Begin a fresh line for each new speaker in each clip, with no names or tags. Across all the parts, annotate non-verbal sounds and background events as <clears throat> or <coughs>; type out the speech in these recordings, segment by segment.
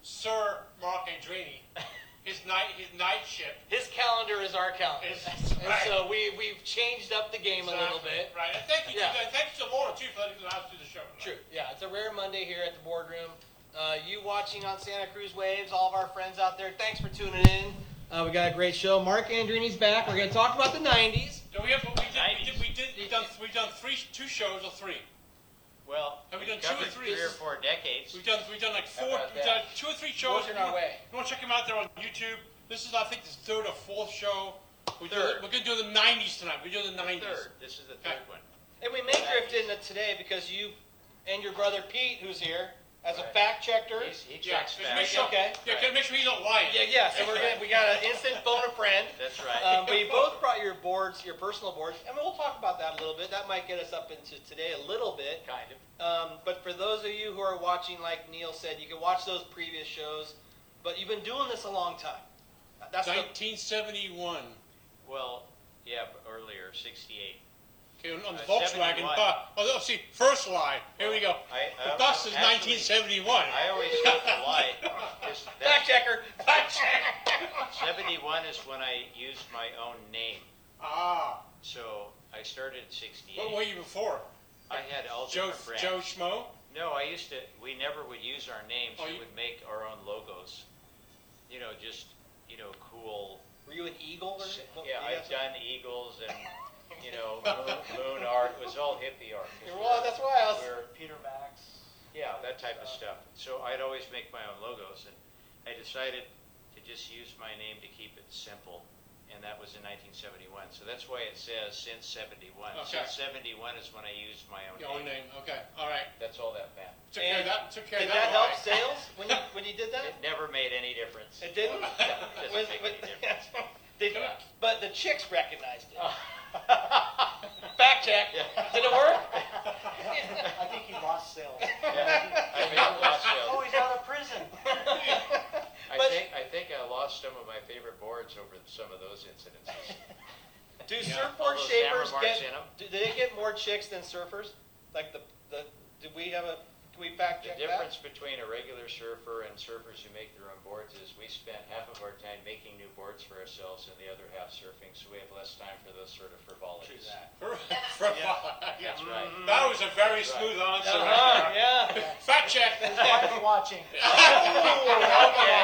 Sir Mark
<laughs>
Andrini, his night his night shift.
His calendar is our calendar.
It's-
and
right.
so we, we've changed up the game a little
Exactly.
bit.
Right. And thank you,
Yeah.
to, and thank you to Laura too for letting us do the show. tonight.
True. Yeah, it's a rare Monday here at the boardroom. Uh, you watching on Santa Cruz Waves, all of our friends out there, thanks for tuning in. Uh, we got a great show. Mark Andrini's back. We're going to talk about the 90s.
So we have we did we did we did we done we've done three two shows or three.
Well,
Have we done
we've
two or
covered
three?
or four decades.
We've done we've done like four
about
we've done
that?
two or three shows.
Those are in our way.
You want to check them out? They're on YouTube. This is I think the third or fourth show. We do,
Third.
we're gonna do the '90s tonight. We do the '90s.
Third. This is the third one.
And we may drift into today because you and your brother Pete, who's here, as a
Right.
fact checker.
He's, he
Yeah,
checks
just
back.
make sure.
Okay.
Yeah, gotta make sure he's not lying.
Yeah, yeah. So we're gonna, we got an instant phone a friend.
That's right.
Uh,
Um, but you both brought your boards, your personal boards, and we'll talk about that a little bit. That might get us up into today a little bit.
kind of.
Um, but for those of you who are watching, like Neil said, you can watch those previous shows. But you've been doing this a long time. That's the,
1971.
Well, yeah, but earlier, 68.
Okay, on, on the
Uh,
Volkswagen
71.
bus. Oh, no, see, first lie. Here we go.
I,
Uh,
The
I-
bus is
actually,
1971.
I always get the light.
<laughs>
'cause
fact
that's-
checker. Fact checker.
71 is when I used my own name.
Ah.
So I started at 68.
What were you before?
I had all
Joe
different brands.
Joe Schmo?
No, I used to. We never would use our names.
Oh,
we
you-
would make our own logos. You know, just you know, cool.
Were you an eagle? Or what-
yeah,
you
I've
guys-
done eagles
<laughs>
and you know moon, moon art. It was all hippie art. 'cause
Well, that's why I was.
we're-
Peter Max.
yeah, that type of stuff. So I'd always make my own logos, and I decided to just use my name to keep it simple, and that was in 1971. So that's why it says since 71.
Okay.
Since 71 is when I used my own
Your own
name.
name. Okay. All right.
That's all that meant.
Took care of
And
that. Took care
Did
of
that
that.
help
lie.
sales when you when you did that?
<laughs> It never made any difference. <laughs>
It didn't.
Doesn't
Was-
make
but- <laughs>
any <laughs> difference.
Did,
Yeah.
but the chicks recognized it.
Oh. yeah.
<laughs> Fact check. Did it
<laughs>
work?
I think he lost sales.
I mean, I lost
Oh,
sales.
he's out of prison.
I
But-
think I think I lost some of my favorite boards over some of those incidences.
Do
Yeah.
All
surfboard
those
shapers
hammer marks
get?
in 'em.
Do do they get more chicks than surfers? Like the the? Do we have a? Can we fact
The
check
difference between a regular surfer and surfers who make their own boards is we spend half of our time making new boards for ourselves and the other half surfing, so we have less time for those sort of
that?
frivolities.
For- for a
Yeah.
while. Yeah.
That's right.
<laughs>
<laughs>
Mm-hmm.
That was a very
That's right.
smooth
Uh-huh,
answer. right
yeah.
there. <laughs> Fact check.
His wife's watching.
okay.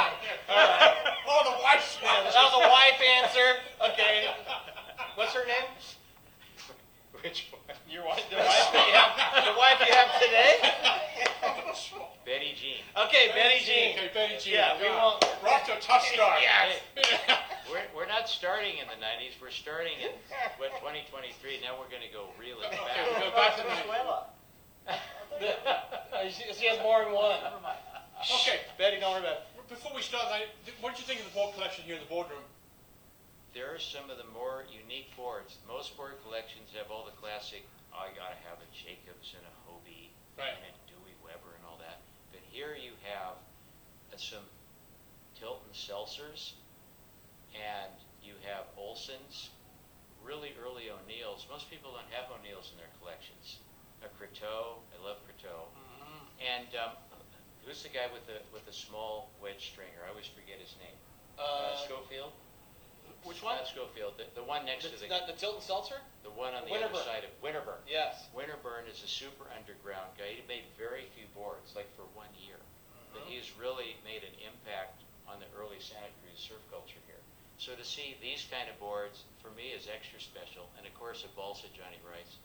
Oh, the wife's
<laughs> That was a wife answer. Okay. What's her name?
Which one?
Your wife. The wife that you have. The wife you have today.
Betty Jean.
Okay, Betty Jean.
Okay, Betty Jean.
Yeah, we won't-
We're off to a tough
<laughs>
start. <laughs>
Yes.
We're, we're not starting in the 90s. We're starting in what, 2023. Now we're going to go really
<laughs>
Okay,
fast.
Go back to the-
Venezuela.
<laughs>
Uh, She, she has more than one. Uh,
Never mind.
okay,
Betty, don't worry about it.
before we start, I- what did you think of the board collection here in the boardroom?
There are some of the more unique boards. Most board collections have all the classic, oh, I gotta have a Jacobs and a Hobie
Right.
and a Dewey Weber and all that. But here you have uh, some Tilton Seltzers and you have Olsons, really early O'Neills. Most people don't have O'Neills in their collections. A Croteau, I love Croteau. And um, who's the guy with the with the small wedge stringer? I always forget his name.
Uh,
Uh, Schofield.
which one?
Not Schofield. The, the one next
The,
to the
the, the Tilton Seltzer?
the one on the
Winterburn.
other side of Winterburn.
Yes.
Winterburn is a super underground guy. He made very few boards, like for one year, but
Mm-hmm.
he's really made an impact on the early Santa Cruz surf culture here. So to see these kind of boards for me is extra special, and of course a balsa Johnny Rice.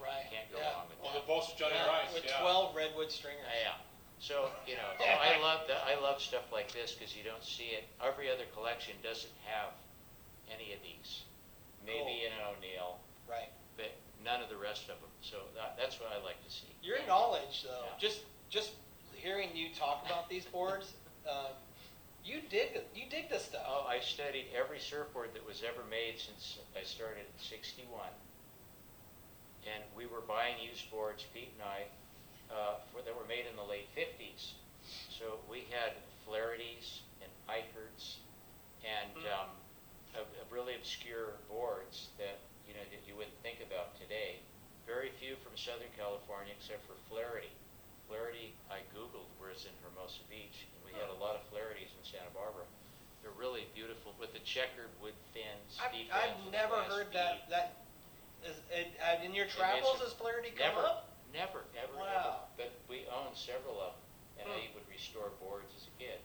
Right.
Can't go
yeah.
wrong with
Well,
that.
the boss of Johnny
Yeah,
Rice,
With
yeah.
12 redwood stringers.
Yeah. So, you know, so
<laughs>
I love the, I love stuff like this because you don't see it. Every other collection doesn't have any of these. Maybe in an O'Neill,
Right.
but none of the rest of them. So that, that's what I like to see.
Your knowledge, though,
Yeah.
just just hearing you talk about these boards, <laughs> um, you dig you dig this stuff.
Oh, I studied every surfboard that was ever made since I started in '61, and we were buying used boards, Pete and I, uh, for, that were made in the late '50s. So we had Flaherty's and Eichert's, and um, of- of really obscure boards that you know that you wouldn't think about today. Very few from Southern California, except for Flaherty. Flaherty, I Googled, was in Hermosa Beach, and we had a lot of Flaherty's with the checkered wood fins,
I've,
steep
I've
ends with
never
glass
heard
bead.
that. That is, and, uh, in your
It
travels, has
is-
polarity come
Never,
up?
never, ever, <laughs> ever.
Wow.
But we owned several of them, and
Hmm.
he would restore boards as a kid.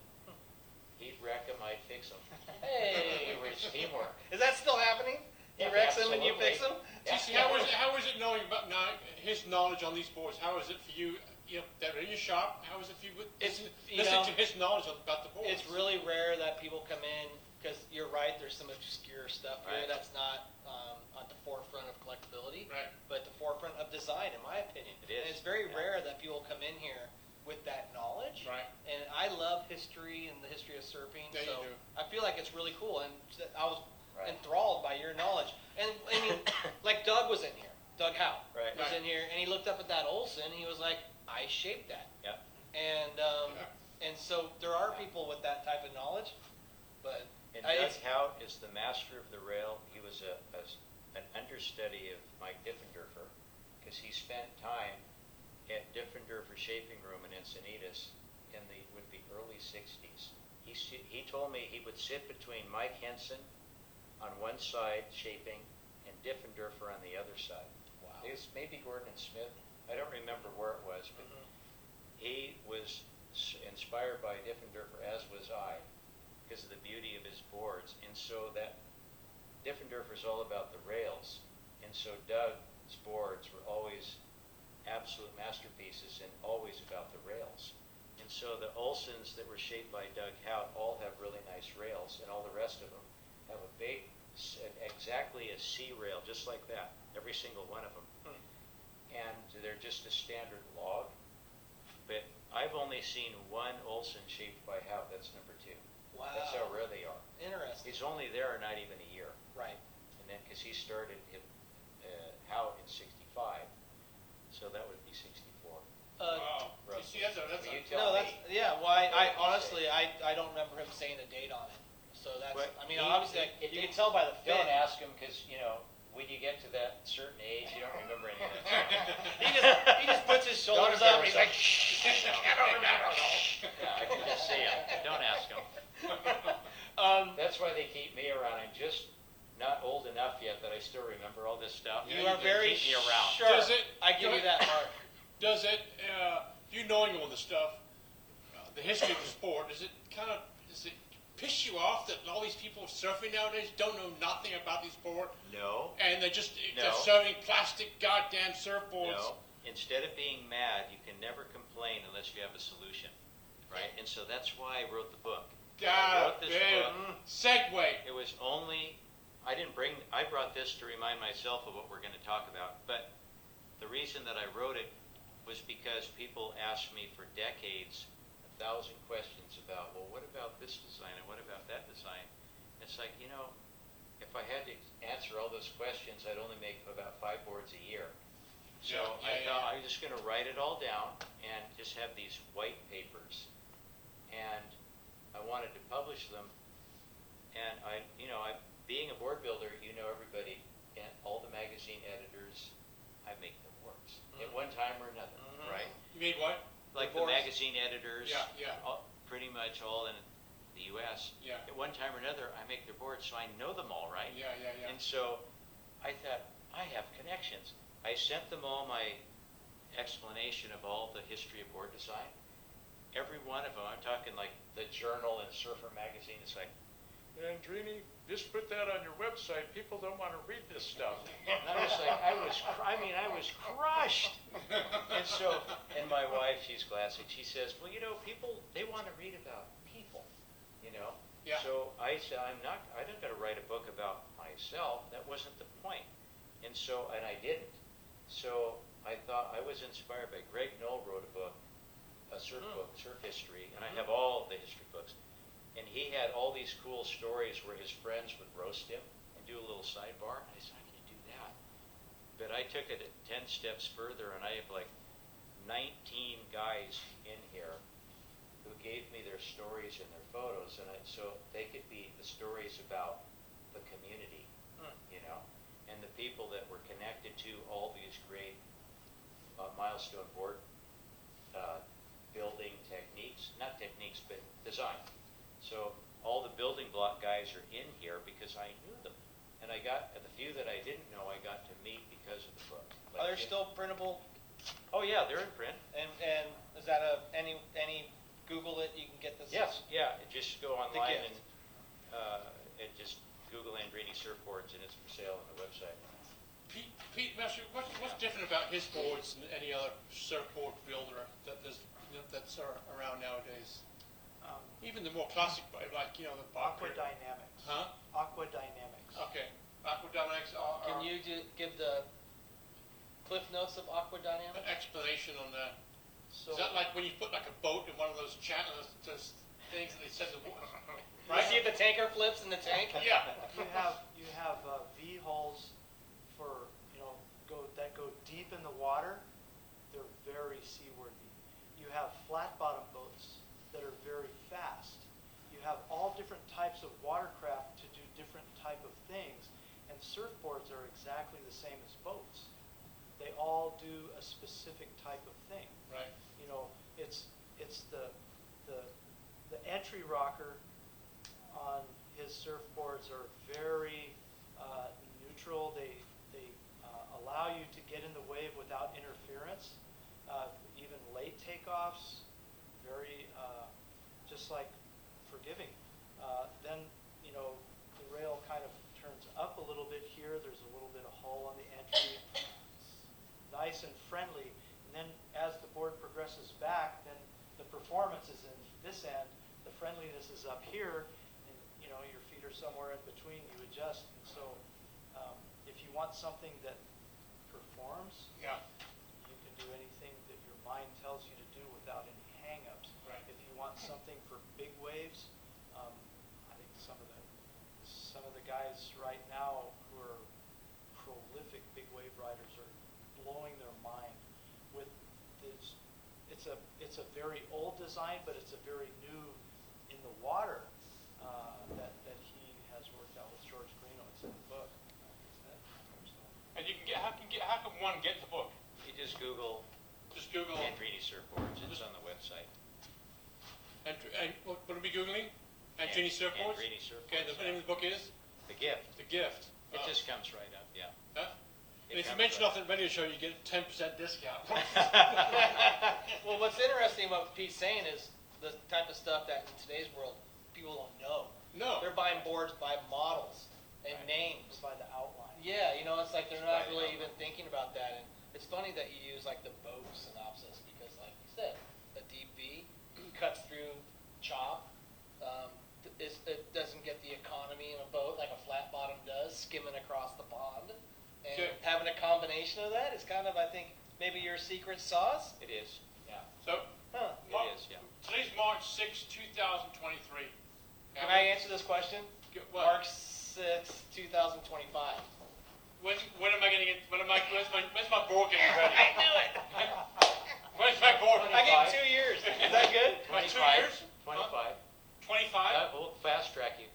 He'd wreck them, I'd fix them.
Hey.
It was teamwork.
Is that still happening?
Yeah,
you wreck them and you
absolutely.
fix them.
TC, how is it, how is it knowing about now his knowledge on these boards? How is it for you? You know, that are in your shop. How is it for you? with-
It's-
Listen,
you
listening
know,
to his knowledge about the boards.
It's really rare that people come in because you're right. There's some obscure stuff here
Right.
that's not um, at the forefront of collectability,
right.
but the forefront of design, in my opinion.
It is,
And it's very
yeah.
rare that people come in here with that knowledge.
Right.
and I love history and the history of surfing.
Yeah, you
so
do.
I feel like it's really cool, and th- I was
Right.
enthralled by your knowledge. And I
<coughs>
mean, like Doug was in here, Doug Howe
Right.
was
Right.
in here, and he looked up at that Olson, and he was like, "I shaped that."
Yep.
And um,
Yeah.
and so there are people with that type of knowledge, but
And
I-
Doug
it's-
Howe is the master of the rail. He was a, a s- an understudy of Mike Diffenderfer because he spent time at Diffenderfer Shaping Room in Encinitas in the would be early '60s. He si- he told me he would sit between Mike Henson on one side shaping and Diffenderfer on the other side.
wow.
It was maybe Gordon and Smith. I don't remember where it was, but
Mm-hmm.
he was s- inspired by Diffenderfer, as was I, because of the beauty of his boards. And so that Diffenderfer's all about the rails. And so Doug's boards were always absolute masterpieces and always about the rails. And so the Olsons that were shaped by Doug Howe all have really nice rails, and all the rest of them have a big, s- exactly a C rail, just like that, every single one of them. And they're just a standard log, but I've only seen one Olson shaped by Howe, that's number two.
wow.
That's how rare they are.
Interesting.
He's only there not even a year
Right.
and then, because he started him, uh, how in sixty-five, so that would be sixty-four.
Uh,
wow.
Russell.
TC, that's a, that's
Will
a,
you
<laughs>
tell
No,
me?
that's yeah. Well, I, I
What did he
honestly, I, I don't remember him saying a date on it. So that's.
But
I mean,
he-
obviously,
he-
I-
it-
you can tell by the fin.
Don't ask him, because, you know, when you get to that certain age, you don't remember any of that <laughs>
He just he just puts his shoulders up. He's like,
Yeah, I can just see him, don't ask him.
um,
That's why they keep me around, I'm just not old enough yet that I still remember all this stuff.
Yeah,
you
you
are
do.
very
Keep me around.
sure.
Does it-
I give you that mark.
Does it, uh, you knowing all this stuff, uh, the history of the sport, does it kind of, does it piss you off that all these people surfing nowadays don't know nothing about the sport
No,
and they're just they're
No.
serving plastic goddamn surfboards?
No, instead of being mad, you can never complain unless you have a solution, right? And so that's why I wrote the book. When I
God
wrote this book,
damn. Segway.
it was only, I didn't bring, I brought this to remind myself of what we're gonna talk about, but the reason that I wrote it was because people asked me for decades, a thousand questions about, well, what about this design and what about that design? It's like, you know, if I had to answer all those questions, I'd only make about five boards a year. So
Yeah,
I
yeah,
thought,
yeah.
I'm just gonna write it all down and just have these white papers. And I wanted to publish them. And I, you know, I, being a board builder, you know everybody and all the magazine editors, I make them works at
Mhm.
one time or another,
Mhm.
right?
You mean what?
Like the
boards.
magazine editors,
Yeah, yeah,
all, pretty much all in the U.S.
yeah,
At one time or another, I make their boards, so I know them all,
yeah,
right?
yeah, yeah.
And so I thought, I have connections. I sent them all my explanation of all the history of board design. Every one of them, I'm talking like the Journal and Surfer Magazine, it's like, Andrini, just put that on your website. People don't want to read this stuff. And I was like, I was, cr- I mean, I was crushed. And so, and my wife, she's classic, she says, well, you know, people, they want to read about people, you know?
Yeah.
So I said, I'm not, I don't gotta write a book about myself, that wasn't the point. And so, and I didn't. So I thought, I was inspired by Greg Knoll wrote a book, a surf
Mm.
book, surf history, and I have all the history books. And he had all these cool stories where his friends would roast him and do a little sidebar. I said, I can do that. But I took it ten steps further and I have like nineteen guys in here who gave me their stories and their photos and I, so they could be the stories about the community,
Hmm.
you know, and the people that were connected to all these great uh, milestone board uh, building techniques, not techniques, but design. So all the building block guys are in here because I knew them. And I got, the few that I didn't know, I got to meet because of the book. Like
Are there
Jim-
still printable,
Oh, yeah, they're in print.
and, and is that a, any, any Google it, you can get this?
Yes, yeah, it just go online
gift.
and, uh, and just Google Andrini surfboards and it's for sale on the website.
Pete, Pete Messer, what's, what's different about his boards than any other surfboard builder that there's, that's ar- around nowadays?
Um,
Even the more classic, like, you know, the Barker.
Aqua Dynamics.
Huh?
Aqua Dynamics.
Okay. Aquadynamics are,
Can
are
you do, give the cliff notes of Aqua
an
Dynamics?
explanation on that.
So,
<laughs> Is that like when you put like a boat in one of those channels, those things that they said
<laughs>
the water?
right, see if the tanker flips in the tank?
Yeah.
You have, you have uh, V hulls for, you know, go, that go deep in the water. They're very seaworthy. You have flat bottom boats that are very fast. You have all different types of watercraft to do different type of things. And surfboards are exactly the same as boats. They all do a specific type of thing
Right.
you know, it's, it's the, the, the entry rocker on his surfboards are very, uh, neutral. They, they, uh, allow you to get in the wave without interference. Uh, even late takeoffs, very, uh, just like forgiving. Uh, then, you know, the rail kind of turns up a little bit here. There's a little bit of hull on the entry nice and friendly. And then as the board progresses back, then the performance is in this end, the friendliness is up here, and you know, your feet are somewhere in between, you adjust. And so um, if you want something that performs,
Yeah.
you can do anything that your mind tells you to do without any hangups.
Right.
If you want something for big waves, um, I think some of the, some of the guys right now who are prolific big wave riders are blowing their mind with this, it's a, it's a very old design, but it's a very new in the water, uh, that, that he has worked out with George Greeno, it's in the book.
And you can get how can get how can one get the book?
You just Google
Just Google
Andrini surfboards, it's on the website.
and, and what, what are we googling? Andrini surfboards.
Andrini
Okay. The name
surfboards,
of the book is
the gift.
The Gift.
It
Oh.
Uh,
just comes right up, yeah.
Huh?
It
And if you
comes
mention
right-
off the radio show, you get a ten percent
<laughs>
discount. <laughs>
Well, what's interesting about what Pete's saying is the type of stuff that in today's world, people don't know.
no.
They're buying boards by models and
Right.
names.
By the outline.
Yeah, you know, it's like they're
Just
not
by the
really
outline.
even thinking about that. And it's funny that you use like the boat synopsis because, like you said, a deep V cuts through chop. Um, th- it's, it doesn't get the economy in a boat like a flat bottom does, skimming across the pond. And
Sure.
having a combination of that is kind of, I think, maybe your secret sauce.
It is, yeah,
So
Huh.
Well,
it is, yeah.
today's March 6, 2023.
Can I answer this question?
Get- what?
March 6, 2025.
When, when am I gonna get? When am I? When's my, when's my board getting ready?
<laughs>
I knew it!
When's my board?
I gave it two years. Is that good?
Wait, two
25,
years?
Twenty-five,
Twenty-five.
that will fast track you.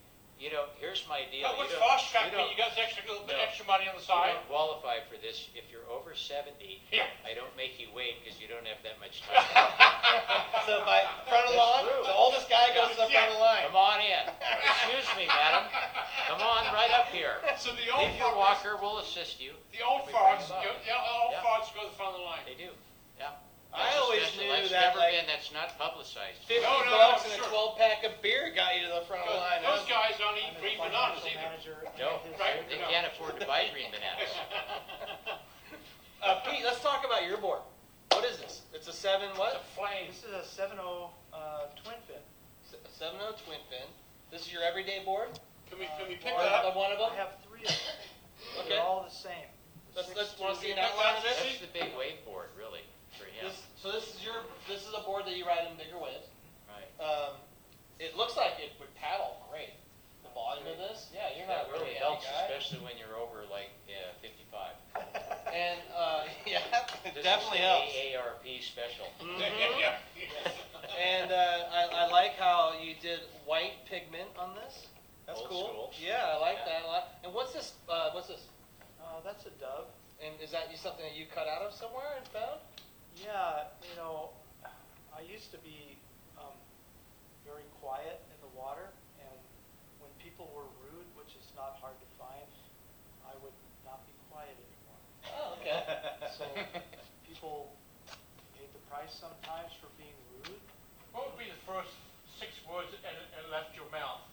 You know, here's my deal.
That
You
would
don't-
fast
you
track me.
don't-
You got this extra little bit
No.
extra money on the
You
side.
don't qualify for this. If you're over 70,
Yeah.
I don't make you wait because you don't have that much time.
So by front of the lawn, the oldest guy goes to the front of the line.
Come on in. Excuse me, madam. Come on right up here.
<laughs> So the old
Leave your
fuckers-
walker. We'll assist you.
The old
We bring
farts.
them up.
go- The old
Yeah.
farts go to the front of the line.
They do. Yeah.
I
That's a
always
special-
knew
that's
that,
never
like-
been- That's not publicized.
50
No, no, no,
bucks and
sure.
a 12 pack of beer got you to the front of the line.
Those those
huh?
guys don't
I'm
eat
a
green bananas
financial
either.
manager. and
No,
his-
Right.
they can't afford to buy green bananas.
<laughs>
Uh, Pete, let's talk about your board. What is this? It's a 7
The
what?
flames.
This is a seven oh, uh, twin fin.
S- a 7 0 twin fin. This is your everyday board?
Can we can we pick
Or
that up?
the one of
I
them?
have three of them.
Okay.
They're all the
<laughs>
same.
Let's,
Six
let's want to
two-
see an outline of this?
That's the big wave board, really, for him.
This- So this is your, this is a board that you ride in bigger waves.
Right.
Um, it looks like it would paddle great. The volume of this? Yeah, you're not
That
really
really
a
helps,
guy.
especially when you're over like yeah, 55.
And uh, <laughs> yeah, it
This is
definitely
the
helps. Mm-hmm.
AARP special.
<laughs>
Yeah, yeah.
<laughs> And uh, I, I like how you did white pigment on this. That's
Old
cool.
school.
Yeah, I like
Yeah.
that a lot. And what's this? Uh, what's this?
Uh, that's a dove.
And is that you something that you cut out of somewhere and found?
Yeah, you know, I used to be um, very quiet in the water, and people were rude, which is not hard to find, I would not be quiet anymore.
Oh,
<laughs>
okay.
So people paid the price sometimes for being rude.
What would be the first six words that, that left your mouth?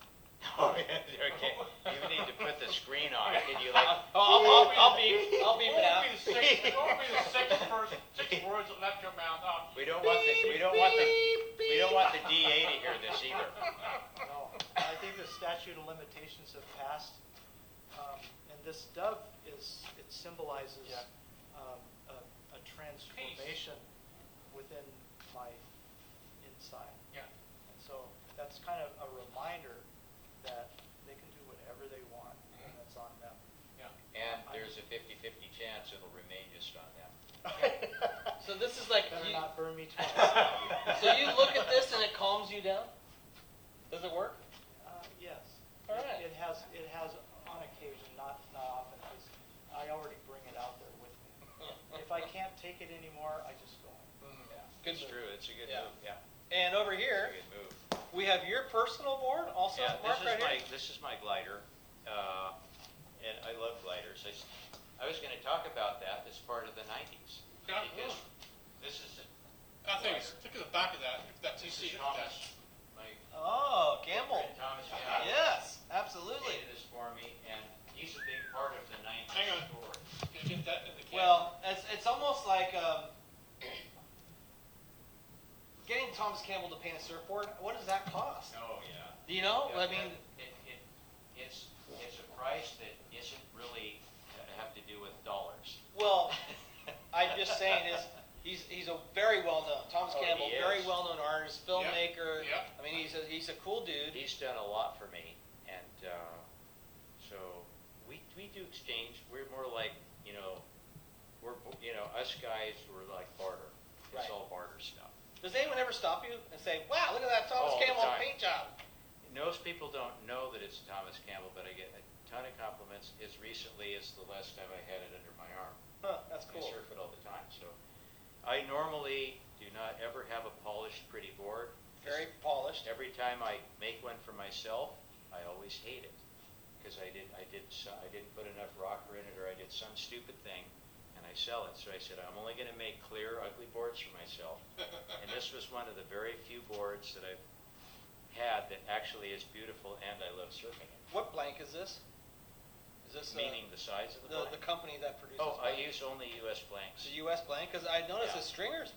Oh, yeah, okay, you need to put the screen on, can you like,
<laughs> <laughs> I'll, I'll,
<laughs>
I'll beep, I'll <laughs> beep it
What
out.
would be the
<laughs>
six, what would be the six first, six words that left your mouth Oh, out?
we don't want the, we don't want the, we don't want the DA to hear this
<laughs>
either.
No, I think the statute of limitations have passed, um, and this dove is, it symbolizes,
Yeah.
um, a, a transformation within my inside.
Yeah.
And so that's kind of a reminder that they can do whatever they want, and that's on them.
And there's a fifty-fifty chance it'll remain just on them.
So this is like,
Better
you,
not
<laughs>
burn me twice.
so you look at this and it calms you down? Does it work?
Uh, Yes.
All right.
It has, it has on occasion, not, not often, 'cause I already bring it out there with me.
<laughs>
If I can't take it anymore, I just go.
Hmm. Good
It's
move.
true, it's a good
Yeah.
move, yeah.
And over here,
It's a good move.
we have your personal board, also
Yeah,
Mark
this
right
is my,
here.
this is my glider, uh, and I love gliders. I, s- I was gonna talk about that as part of the nineties.
Yeah.
Because this is,
I think, it's- look at the back of that, that
this
TC,
is
look at that.
Thomas, my
Oh, Campbell.
friend Thomas Campbell.
Yes,
He
absolutely.
did this for me, and he's a big part of the nineties
Hang on.
story.
Can you get that in the camera?
Well, it's, it's almost like um, getting Thomas Campbell to paint a surfboard. What does that cost?
Oh, yeah.
Do you know? I
Yeah,
mean,
yeah. It, it, it's, it's a price that isn't really, uh, have to do with dollars.
well, I'm just saying is he's he's a very well known Thomas
Oh, he
Campbell, very
is.
well known artist, filmmaker.
yeah.
I mean, he's a, he's a cool dude.
He's done a lot for me, and uh, so we we do exchange. We're more like you know, we're bo- you know us guys were like barter. It's
Right.
all barter stuff.
Does anyone ever stop you and say, "Wow, look at that Thomas
All the
Campbell
time.
paint job"?
And Most people don't know that it's Thomas Campbell, but I get a ton of compliments as recently as the last time I had it under my arm.
Huh, that's
I
cool.
surf it all the time, so I normally do not ever have a polished, pretty board.
Very polished.
Every time I make one for myself, I always hate it because I didn't, I did, so- I didn't put enough rocker in it, or I did some stupid thing, and I sell it. So I said, I'm only going to make clear, ugly boards for
<laughs>
myself. and this was one of the very few boards that I've had that actually is beautiful, and I love surfing it.
What blank is this? Is this uh,
Meaning the size of the,
the, the
blank.
company that produces?
oh, I
blank?
use only U.S. blanks.
It's a U.S. blank because I noticed
Yeah.
the stringers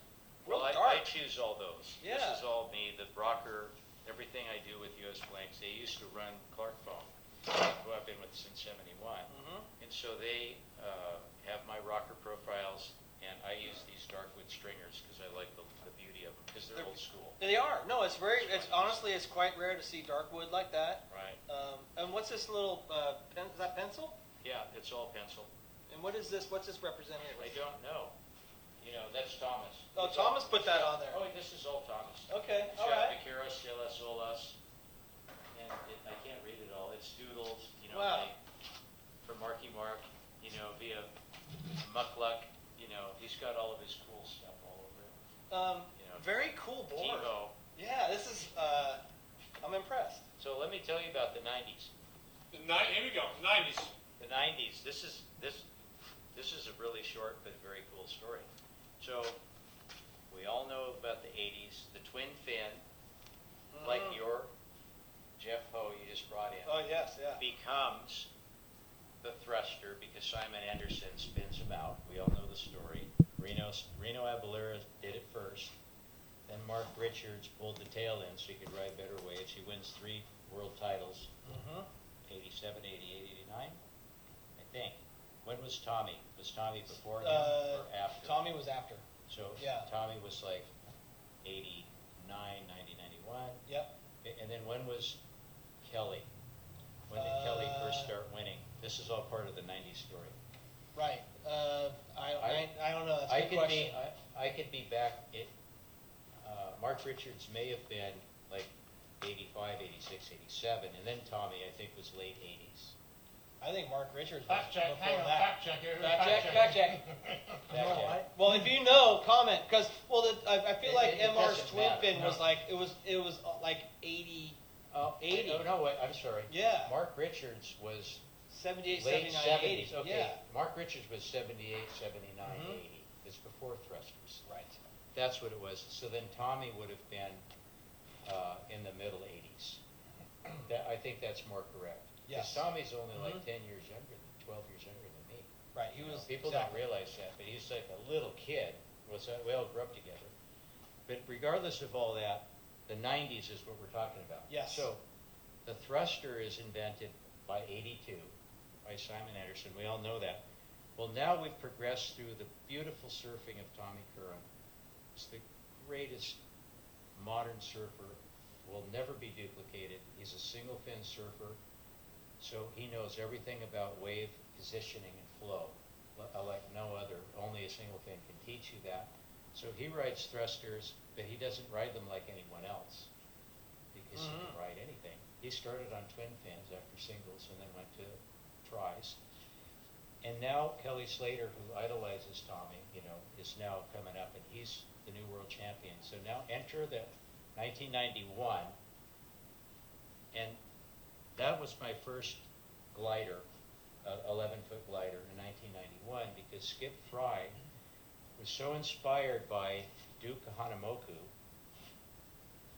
real
Well, I,
dark.
I choose all those.
Yeah.
This is all me, the Brocker, everything I do with US Blanks. They used to run Clark Foam, who I've been with since 71.
Mhm.
And so they uh, have my rocker profiles, and I use these darkwood stringers because I like the, the beauty of them, because they're
They're-
old school,
They are. No, it's very. It's
It's fine.
honestly, it's quite rare to see dark wood like that.
right?
Um, and what's this little? Uh, pen, is that pencil?
Yeah, it's all pencil.
And what is this? What's this represent
I
here?
don't know. You know, that's Thomas.
Oh,
It's
Thomas
all-
put that on there.
Oh, this is all Thomas.
Okay.
It's
All right.
got Vaqueros, Chelas, Olas, and it, I can't read it all, it's doodles, you know,
Wow.
like, from Marky Mark, you know, via Muckluck, you know, he's got all of his cool stuff all over it.
Um,
Yeah.
very cool board.
Tebow.
Yeah, this is. Uh, I'm impressed.
So let me tell you about the nineties.
The nine, here we go, nineties.
the nineties, this is, this, this is a really short but very cool story. So, we all know about the eighties, the twin fin, like
Mhm.
your Jeff Ho you just brought in,
Oh yes, yeah.
becomes the thruster because Simon Anderson spins him out. We all know the story. Reno, Reno Abalera did it first. Then Mark Richards pulled the tail in so he could ride better waves. He wins three world titles.
Mm-hmm.
87, 88, 89, I think. When was Tommy? Was Tommy before him
Uh,
or after?
Tommy was after.
So
yeah.
Tommy was like 89, 90, 91.
Yep.
A- And then when was Kelly? When did Kelly first
Uh,
start winning? This is all part of the 90s story.
Right. Uh, I,
I-
I don't know.
I could be I, I could be back. It, uh, Mark Richards may have been like 85, 86, 87, and then Tommy I think was late 80s.
I think Mark Richards
Fact check, hang on, fact check. everybody
Fact check, fact check.
Back then.
Well, if you know, comment because well, the, I, I feel
It-
like
it- it
Mr's
doesn't
twin
matter,
fin was
no.
like it was it was uh, like eighty Oh,
Eighty, oh, no, wait, I'm sorry.
Yeah.
Mark Richards was
Seventy-eight,
late
seventy-nine, eighty,
seventies, okay.
yeah,
Mark Richards was seventy-eight, seventy-nine,
Mhm.
eighty. It's before thrusters.
right.
That's what it was. So then Tommy would have been, uh, in the middle eighties.
<clears throat>
That, I think that's more correct. 'Cause
Yes.
Tommy's only like
Mhm.
ten years younger, than twelve years younger than me.
Right, he was.
People don't
exactly.
realize that, but he's like a little kid, was, we all grew up together. But regardless of all that, the nineties is what we're talking about.
Yes.
So, the thruster is invented by eighty-two, by Simon Anderson, we all know that. Well, now we've progressed through the beautiful surfing of Tommy Curran. He's the greatest modern surfer, will never be duplicated, he's a single fin surfer. So he knows everything about wave positioning and flow, li- uh, like no other. Only a single fin can teach you that. So he rides thrusters, but he doesn't ride them like anyone else because he can
Mhm.
ride anything. He started on twin fins after singles and then went to tries. And now Kelly Slater, who idolizes Tommy, you know, is now coming up and he's the new world champion. So now enter the 1991 and that was my first glider, a 11-foot glider in 1991, because Skip Fry was so inspired by Duke Hanamoku,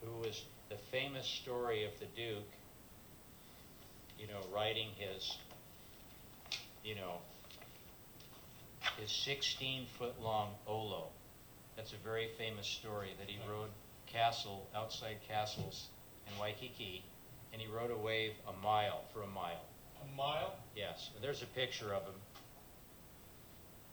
who was the famous story of the Duke, you know, riding his, you know, his 16-foot-long Olo. That's a very famous story that he rode castle, outside castles in Waikiki, and he rode a wave a mile for a mile.
A mile?
Yes, and there's a picture of him.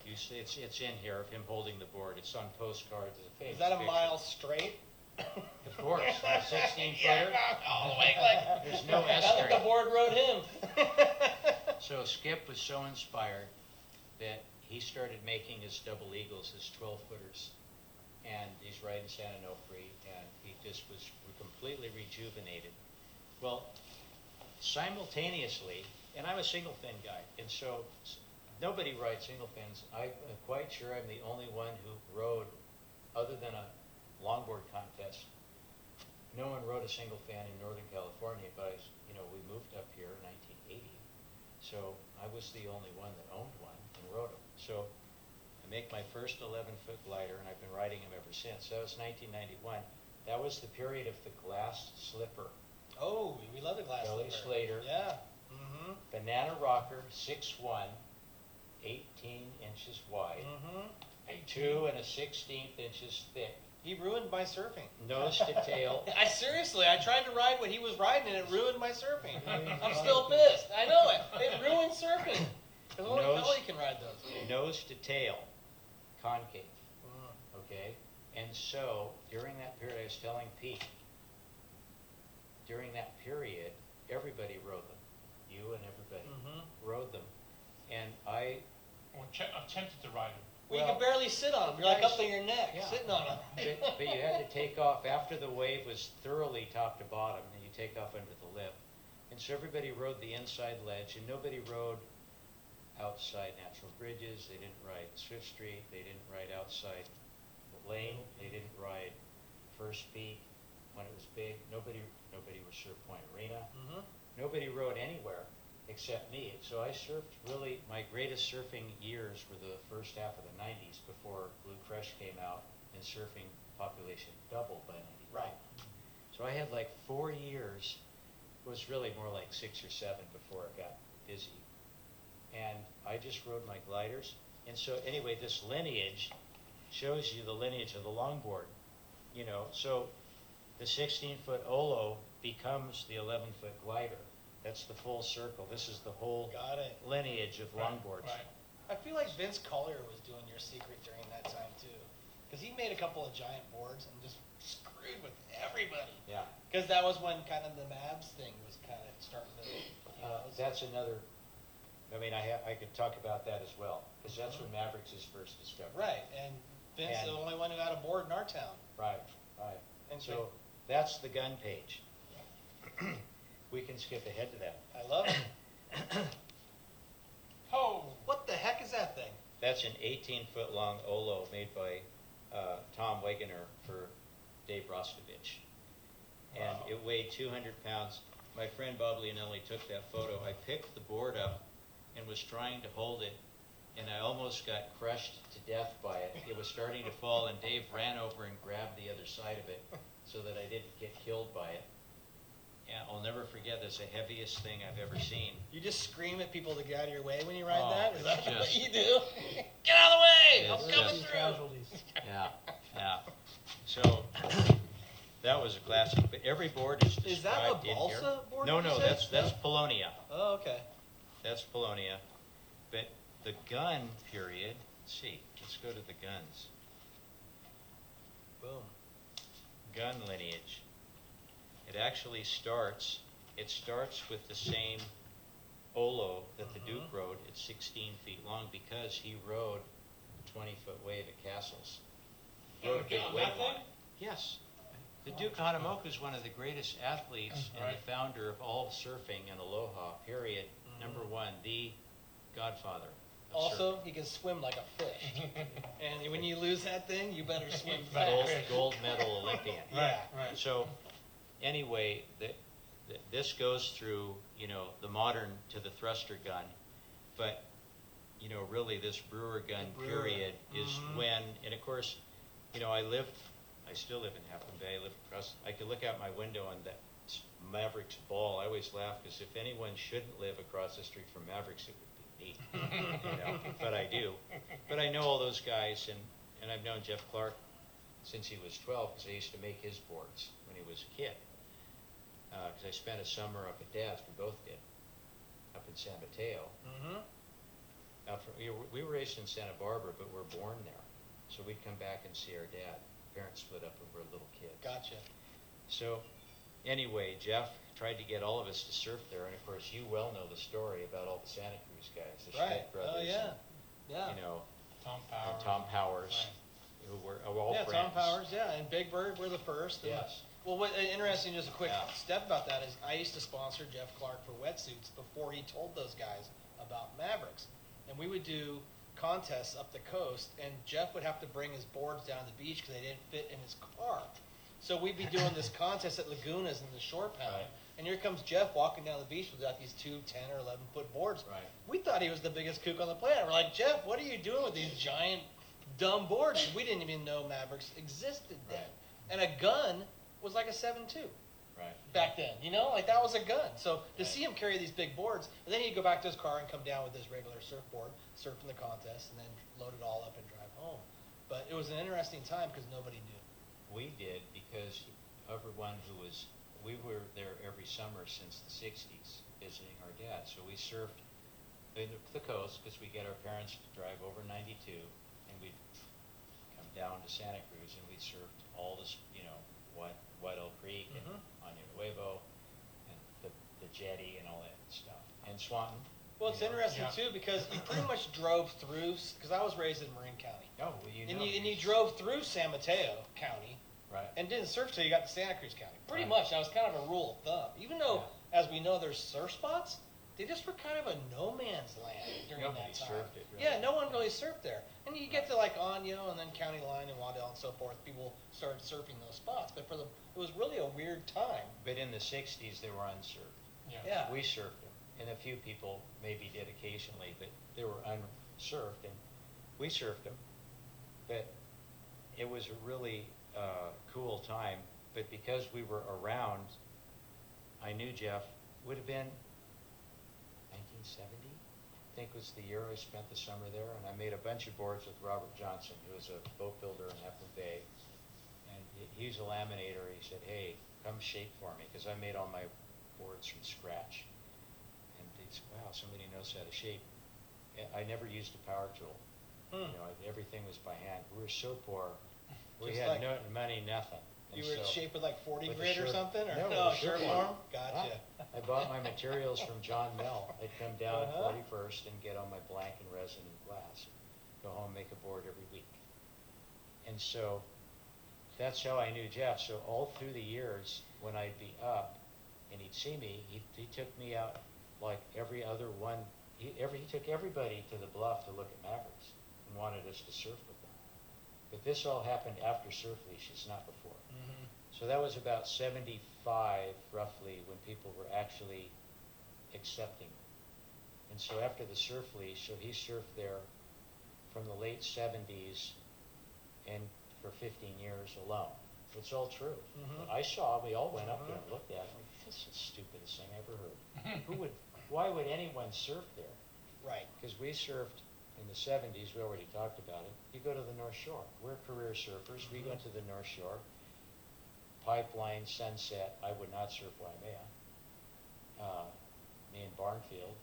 You see, it's, it's in here of him holding the board. It's on postcards. It's a
Is
famous
that a
picture.
mile straight?
Of
<laughs>
course, on a 16 footer.
All the way, like.
There's
<laughs>
no
<laughs> Not
S
like
string.
The board rode him.
So Skip was so inspired that he started making his double eagles, his 12 footers. And he's riding San Onofre, and he just was completely rejuvenated. Well, simultaneously, and I'm a single fin guy, and so s- nobody rides single fins. I- I'm quite sure I'm the only one who rode, other than a longboard contest. No one rode a single fin in Northern California, but I, s- you know, we moved up here in 1980, so I was the only one that owned one and rode them. So I make my first 11-foot glider, and I've been riding them ever since. That was 1991. That was the period of the glass slipper.
Oh, we love the glass.
Kelly
slipper.
Slater.
Yeah. Mm-hmm.
Banana rocker, 6'1", 18 inches wide,
Mm-hmm.
two and a sixteenth inches thick,
He ruined my surfing.
nose to tail.
I seriously, I tried to ride what he was riding, and it ruined my surfing. I'm still pissed. I know it. It ruined surfing. 'Cause only
Nose-
Kelly can ride those.
nose to tail, concave,
Mm.
okay? And so during that period, I was telling Pete, during that period, everybody rode them, you and everybody
Mm-hmm.
rode them. And I,
Or che- I'm tempted to ride him.
Well, you
Well-
can barely sit on them. You're like
Yeah,
up to your neck,
yeah.
sitting on them.
but, but you had to take off, after the wave was thoroughly top to bottom, and you take off under the lip. And so everybody rode the inside ledge, and nobody rode outside natural bridges, they didn't ride Swift Street, they didn't ride outside the lane, they didn't ride First Peak when it was big, nobody, nobody was Surf Point Arena, nobody rode anywhere except me. So I surfed really, my greatest surfing years were the first half of the 90s before Blue Fresh came out and surfing population doubled by 91.
Right.
So I had like four years, it was really more like six or seven before it got busy. And I just rode my gliders. And so anyway, this lineage shows you the lineage of the longboard. You know, so the 16 foot Olo becomes the 11 foot glider. That's the full circle. This is the whole
Got it.
lineage of longboards.
Right.
I feel like Vince Collier was doing your secret during that time too, because he made a couple of giant boards and just screwed with everybody.
Yeah.
Because that was when kind of the Mavs thing was kind of starting to. You
Uh,
know, it's-
that's another, I mean, I, ha- I could talk about that as well, because that's when Mavericks is first discovered.
Uh-huh. right, and Vince
And-
the only one who had a board in our town.
Right, right.
And
So that's the gun page. <clears throat> We can skip ahead to that.
I love it.
Oh,
what the heck is that thing?
That's an 18-foot-long Olo made by uh, Tom Wagoner for Dave Rostovich. and
Wow.
it weighed two hundred pounds. My friend Bob Leonelli took that photo. I picked the board up and was trying to hold it, and I almost got crushed to death by it. It was starting to fall, and Dave ran over and grabbed the other side of it so that I didn't get killed by it. And I'll never forget, that's the heaviest thing I've ever seen.
You just scream at people to get out of your way when you ride
Oh,
that? Is that
it's
what
just-
<laughs> you do? get out of the way!
It's
I'm coming
just-
through!
Yeah, yeah. So, that was a classic, but every board is
Is that
described
a
in here.
balsa board?
No,
you
no,
said?
that's, that's Polonia.
Oh, okay.
That's Polonia. But the gun period, let's see, let's go to the guns.
Boom.
Gun lineage. It actually starts, it starts with the same Olo that the Duke
Mm-hmm.
Mhm.
rode. It's 16 feet long because he rode a 20 foot wave at castles.
On
Rode a big
that
wave
thing?
on it. Yes. The Duke Hanamoku is one of the greatest athletes and
Right.
the founder of all surfing and aloha, period. Number one, the godfather of surfing.
Also, he can swim like a <laughs> fish. and when you lose that thing, you <laughs> better swim
gold,
fast.
gold medal Olympian.
Yeah.
So, anyway, the, the, this goes through, you know, the modern to the thruster gun, but, you know, really this brewer gun
The brewer.
period is
Mhm.
when, and of course, you know, I lived, I still live in Half Moon Bay, I live across, I could look out my window on that s- Mavericks ball. I always laugh because if anyone shouldn't live across the street from Mavericks, it would be me. <laughs> you know, but I do. But I know all those guys, and, and I've known Jeff Clark since he was 12 because I used to make his boards when he was a kid. Because I spent a summer up at Dad's, we both did, up in San Mateo.
Mm-hmm.
Out from, we, were, we were raised in Santa Barbara, but we were born there. So we'd come back and see our dad. Parents split up when we were little kids.
Gotcha.
So, anyway, Jeff tried to get all of us to surf there, and of course, you well know the story about all the Santa Cruz guys, the
Right.
Schmidt brothers,
Oh, yeah. Yeah.
and, you know,
Tom
and
Powers.
Oh, Tom Powers, who were who were all
yeah,
friends.
Tom Powers, yeah, and Big Bird were the first. and-
Yes.
Well, what, uh, interesting, just a quick
Yeah.
step about that is I used to sponsor Jeff Clark for wetsuits before he told those guys about Mavericks. And we would do contests up the coast, and Jeff would have to bring his boards down to the beach because they didn't fit in his car. So we'd be doing <laughs> this contest at Lagunas in the shore pound.
Right.
And here comes Jeff walking down the beach with like these two 10 or 11 foot boards.
Right.
We thought he was the biggest kook on the planet. We're like, Jeff, what are you doing with these giant, dumb boards? We didn't even know Mavericks existed then.
Right.
And a gun was like a 7 2
Right.
back then, you know? Like, that was a gun. So to
Right.
see him carry these big boards, and then he'd go back to his car and come down with his regular surfboard, surf in the contest, and then load it all up and drive home. But it was an interesting time because nobody knew.
We did because everyone who was we were there every summer since the '60s visiting our dad, so we surfed in the coast because we get our parents to drive over 92, and we'd come down to Santa Cruz and we surfed all this, you know, White White Oak Creek and
Mm-hmm.
Año Nuevo and the the jetty and all that stuff and Swanton.
Well, it's
you know.
interesting,
Yeah.
too, because you pretty much drove through, because I was raised in Marin County.
Oh, well, you
and
know,
you, and you drove through San Mateo County
right.
and didn't surf till you got to Santa Cruz County. Pretty
Right.
much, that was kind of a rule of thumb. Even though, as we know, there's surf spots, they just were kind of a no man's land during
Nobody
that time.
surfed it, really.
Yeah, no one really surfed there. And you get to like Anyo and then County Line and Waddell and so forth. People started surfing those spots, but for them, it was really a weird time.
But in the '60s, they were unserved.
Yeah.
Yeah.
We surfed them, and a few people maybe did occasionally, but they were unsurfed, and we surfed them. But it was a really uh, cool time. But because we were around, I knew Jeff would have been 1970. I think was the year I spent the summer there, and I made a bunch of boards with Robert Johnson, who was a boat builder in Heffron Bay. And he- he's a laminator. He said, "Hey, come shape for me," because I made all my boards from scratch. And they said, "Wow, somebody knows how to shape." And I never used a power tool.
Hmm.
You know, I- everything was by hand. We were so poor. We
Just
had
like-
no money, nothing.
You
And
were in
so
shape with like 40
with a
grit or
shirt-
something? Or
No,
<laughs>
Ah. with a shirt
form?
on.
Gotcha.
I bought my materials from John Mell. I'd come down at
Uh-huh.
41st and get all my blank and resin and glass. Go home, make a board every week. And so that's how I knew Jeff. So all through the years, when I'd be up and he'd see me, he, he took me out like every other one. He, every, he took everybody to the bluff to look at Mavericks and wanted us to surf with them. But this all happened after Surf Leash, it's not before.
Mhm.
So that was about seventy-five roughly when people were actually accepting. And so after the surf lease, so he surfed there from the late seventies and for fifteen years alone. It's all true.
Mhm.
I saw, we all went up there and looked at it, I'm like, this is the stupidest thing I ever heard. Who would, why would anyone surf there?
Right.
Because we surfed in the seventies, we already talked about it, you go to the North Shore, we're career surfers, we went to the North Shore. Pipeline, Sunset, I would not surf Waimea, uh, me and Barnfield.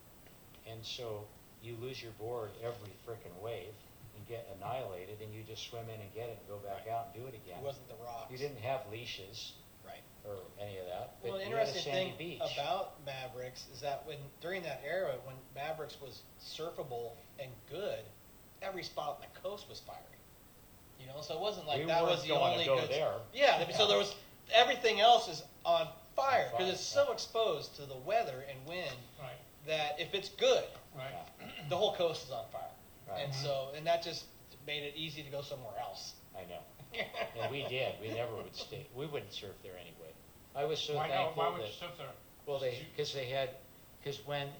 And so you lose your board every frickin' wave and get annihilated, and you just swim in and get it, and go back out and do it again.
It wasn't the rocks.
You didn't have leashes
Right.
or any of that, but
Well, an
you had a
interesting
sandy
thing
beach.
about Mavericks is that when during that era when Mavericks was surfable and good, every spot on the coast was firing. You know, so it wasn't like
We
that
weren't
was the
gonna
only
go
good.
there.
Yeah, th- so there was everything else is on fire
fire,
because it's so
yeah.
exposed to the weather and wind
Right,
that if it's good,
right.
Yeah.
the whole coast is on fire.
Right.
And so and that just made it easy to go somewhere else.
I know. And we did, we never would stay, we wouldn't surf there anyway. I was so
Why not,
thankful
why
that.
would you sit there?
Well, they,
You-
because they had, because when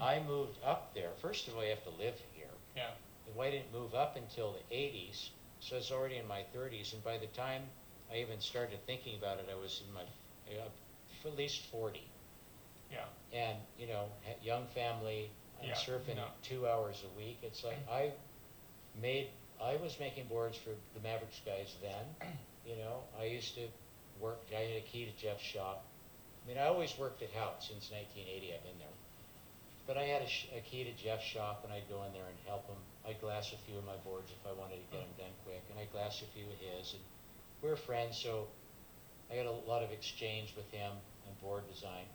I moved up there, first of all, you have to live here.
Yeah,
And why didn't move up until the eighties, so it's already in my thirties, and by the time I even started thinking about it, I was in my, uh, f- at least forty.
yeah.
And, you know, ha- young family, I'm
Yeah, Mm-hmm.
surfing
no.
two hours a week, it's like, I made, I was making boards for the Mavericks guys
<clears throat>
then, you know, I used to work, I had a key to Jeff's shop. I mean, I always worked at Hout since nineteen eighty, I've been there. But I had a, sh- a key to Jeff's shop and I'd go in there and help him. I'd glass a few of my boards if I wanted to get them done quick and I'd glass a few of his and we were friends, so I got a lot of exchange with him on board design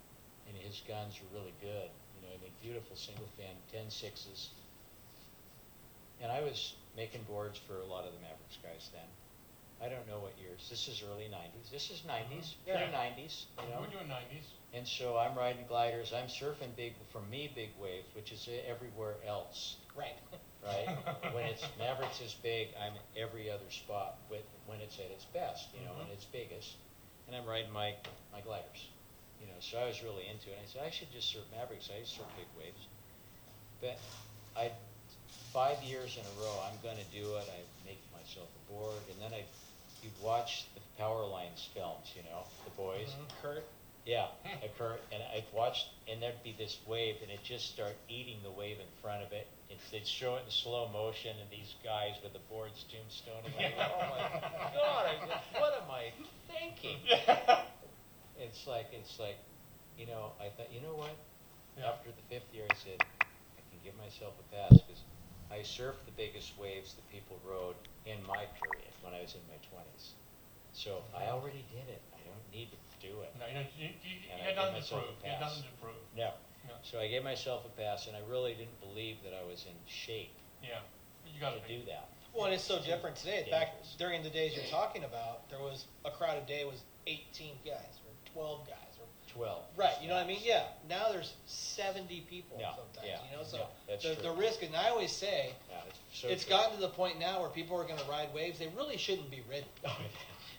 and his guns were really good. You know, I mean, beautiful single fin, ten sixes. And I was making boards for a lot of the Mavericks guys then. I don't know what years. This is early nineties. This is nineties,
Yeah.
early nineties, you know?
We're doing nineties.
And so I'm riding gliders, I'm surfing big, for me, big waves, which is everywhere else,
Right.
<laughs> right? When it's, Mavericks is big, I'm at every other spot with, when it's at its best, you know, when
Mhm.
it's biggest. And I'm riding my, my gliders, you know, so I was really into it. I said, I should just surf Mavericks, I used to surf big waves. But I, five years in a row, I'm gonna do it, I make myself a board, and then I, you'd watch the Power Lines films, you know, the boys.
Mhm. Kurt.
Yeah, occur, and I'd watched, and there'd be this wave, and it'd just start eating the wave in front of it. And they'd show it in slow motion, and these guys with the boards tombstoning. I'd go, oh my god! I go, what am I thinking? It's like it's like, you know. I thought, you know what?
Yeah.
After the fifth year, I said, I can give myself a pass because I surfed the biggest waves that people rode in my period when I was in my twenties. So I already did it. I don't need to do it.
No, you, don't- you, you,
And
you
I
had
give
nothing to
myself a
prove, you had
pass.
nothing to prove,
No.
No.
So I gave myself a pass, and I really didn't believe that I was in shape
yeah. But You
to
gotta be.
do that.
Well, and it's so different today. Back
Dangerous.
during the days you're talking about, there was a crowded day was 18 guys or 12 guys or
Twelve.
right.
is
You know what I
max.
mean? Yeah. Now there's 70 people
Yeah,
sometimes.
yeah,
you know, so
yeah, that's
the,
true.
the risk. And I always say
Yeah, so <laughs>
it's
true.
gotten to the point now where people are going to ride waves they really shouldn't be ridden.
Oh,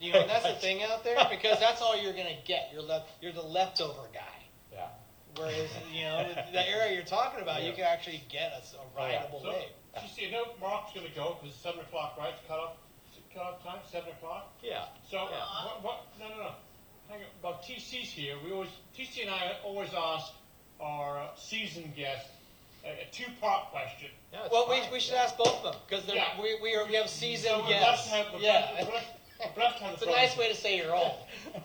You know, and
<laughs>
that's the thing out there because that's all you're going to get. You're left. You're the leftover guy.
Yeah.
Whereas you know the area you're talking about, you
Yeah.
can actually get a, s- a
Oh, yeah.
rideable
So,
wave.
you see, no, Mark's gonna go, cause it's seven o'clock, right, It's cutoff, cutoff time, seven o'clock?
Yeah.
So, uh,
Yeah.
what, what, no, no, no. Hang on. Well, TC's here. We always, TC and I always ask our uh, seasoned guest a, a two-part question.
No, it's
Well, we,
fine.
we should
Yeah.
ask both of them because
Yeah.
we, we, are, we have seasoned
so
guests.
We're blessed to have, we're
yeah,
blessed- we're blessed- we're blessed
<laughs>
to have
it's a
the
nice way to say you're old.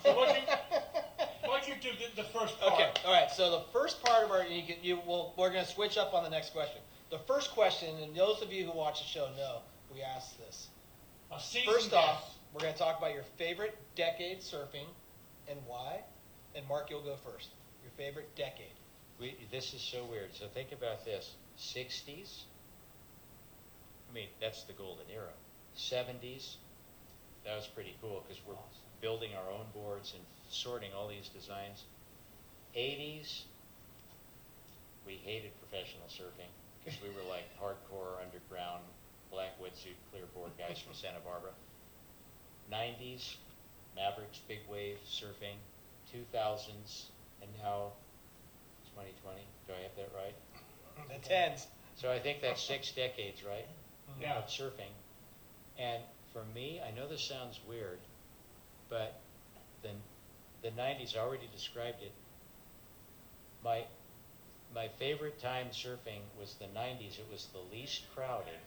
So why don't
<laughs>
you, why don't you do the, the first part?
Okay, all right. So the first part of our you can, you will we're going to switch up on the next question. The first question, and those of you who watch the show know we asked this.
A seasoned
First
guest.
off, we're going to talk about your favorite decade surfing and why. And Mark, you'll go first. Your favorite decade.
We, this is so weird. So think about this: sixties. I mean, that's the golden era. Seventies. That was pretty cool because we're building our own boards and sorting all these designs. Eighties. We hated professional surfing because we were like hardcore underground black wetsuit clear board guys from Santa Barbara. Nineties. Mavericks Big Wave Surfing, two thousands, and now twenty twenty, do I have that right?
The tens.
So I think that's six decades, right?
Yeah.
Of surfing. And for me, I know this sounds weird, but the, the nineties already described it. My, my favorite time surfing was the nineties. It was the least crowded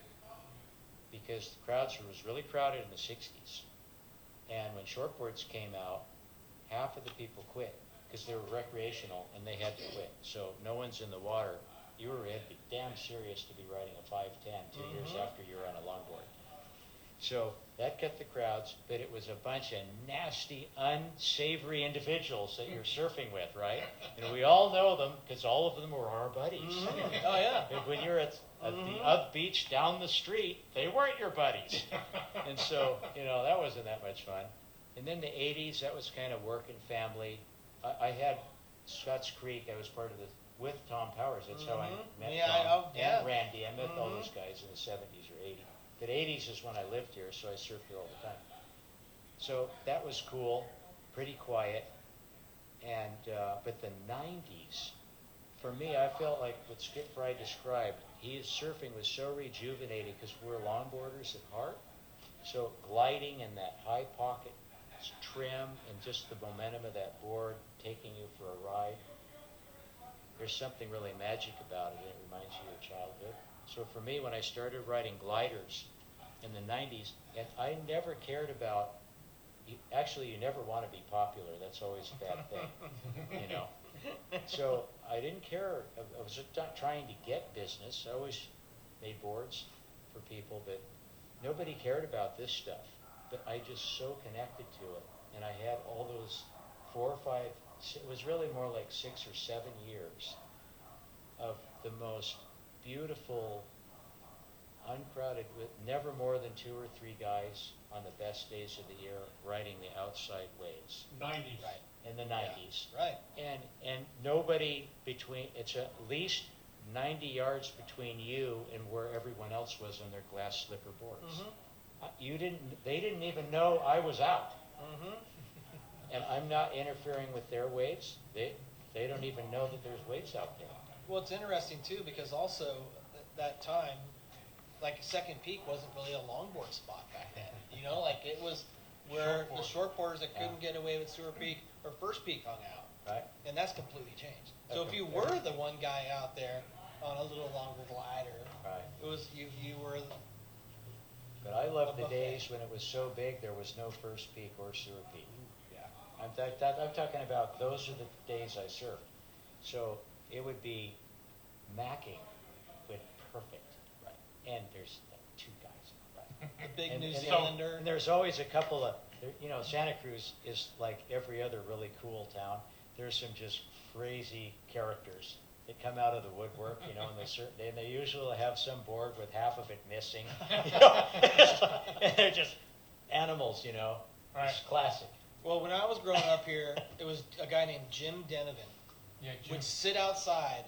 because the crowds was really crowded in the sixties. And when shortboards came out, half of the people quit because they were recreational and they had to quit. So no one's in the water. You were had to be damn serious to be riding a 510 2 years after you're on a longboard. So that cut the crowds, but it was a bunch of nasty, unsavory individuals that you're surfing with, right? And we all know them because all of them were our buddies.
Oh yeah.
And when you're at, at the up beach down the street, they weren't your buddies. and so, you know, that wasn't that much fun. And then the 80s, that was kind of work and family. I, I had Scotts Creek, I was part of the, with Tom Powers, that's how I
Mhm.
met
Yeah, I-
Tom.
oh, yeah.
And Randy, I met all
Mhm.
those guys in the 70s or 80s. But 80s is when I lived here, so I surfed here all the time. So that was cool, pretty quiet. And, uh, but the 90s, for me, I felt like what Skip Fry described, his surfing was so rejuvenated because we're longboarders at heart. So gliding in that high pocket trim and just the momentum of that board taking you for a ride, there's something really magic about it and it reminds you of childhood. So for me, when I started riding gliders in the 90s, and I never cared about, you, actually, you never want to be popular. That's always a bad thing, you know. So I didn't care. I, I was just not trying to get business. I always made boards for people, but nobody cared about this stuff. But I just so connected to it, and I had all those four or five. s- It was really more like six or seven years of the most beautiful, uncrowded with never more than two or three guys on the best days of the year riding the outside waves
Nineties.
Right.
in the
Yeah.
90s
Right.
and and nobody between it's at least 90 yards between you and where everyone else was on their glass slipper boards Uh, you didn't they didn't even know i was out
Mm-hmm.
<laughs> and i'm not interfering with their waves they they don't even know that there's waves out there
Well, it's interesting too because also at that time, like Second Peak wasn't really a longboard spot back then. You know, like it was where the shortboarders that couldn't get away with Sewer Peak or First Peak hung out,
right
and that's completely changed. So if you
Okay.
were the one guy out there on a little longer glider,
right
it was you. You were
but i love the
Above that.
days when it was so big there was no first peak or sewer peak
Mm-hmm.
I'm, that, that, I'm talking about those are the days I surfed. So it would be macking, but perfect. Right. And there's like two guys. Right.
<laughs> the big
And-
New
and so-
Zealander.
And there's always a couple of, there- you know, Santa Cruz is like every other really cool town. There's some just crazy characters that come out of the woodwork, you know, and they certain, and they usually have some board with half of it
<laughs>
missing. you know. It's like- and <laughs> they're just animals, you know. It's classic.
Well, when I was growing up
<laughs>
here, it was a guy named Jim Denovan
Yeah,
would sit outside,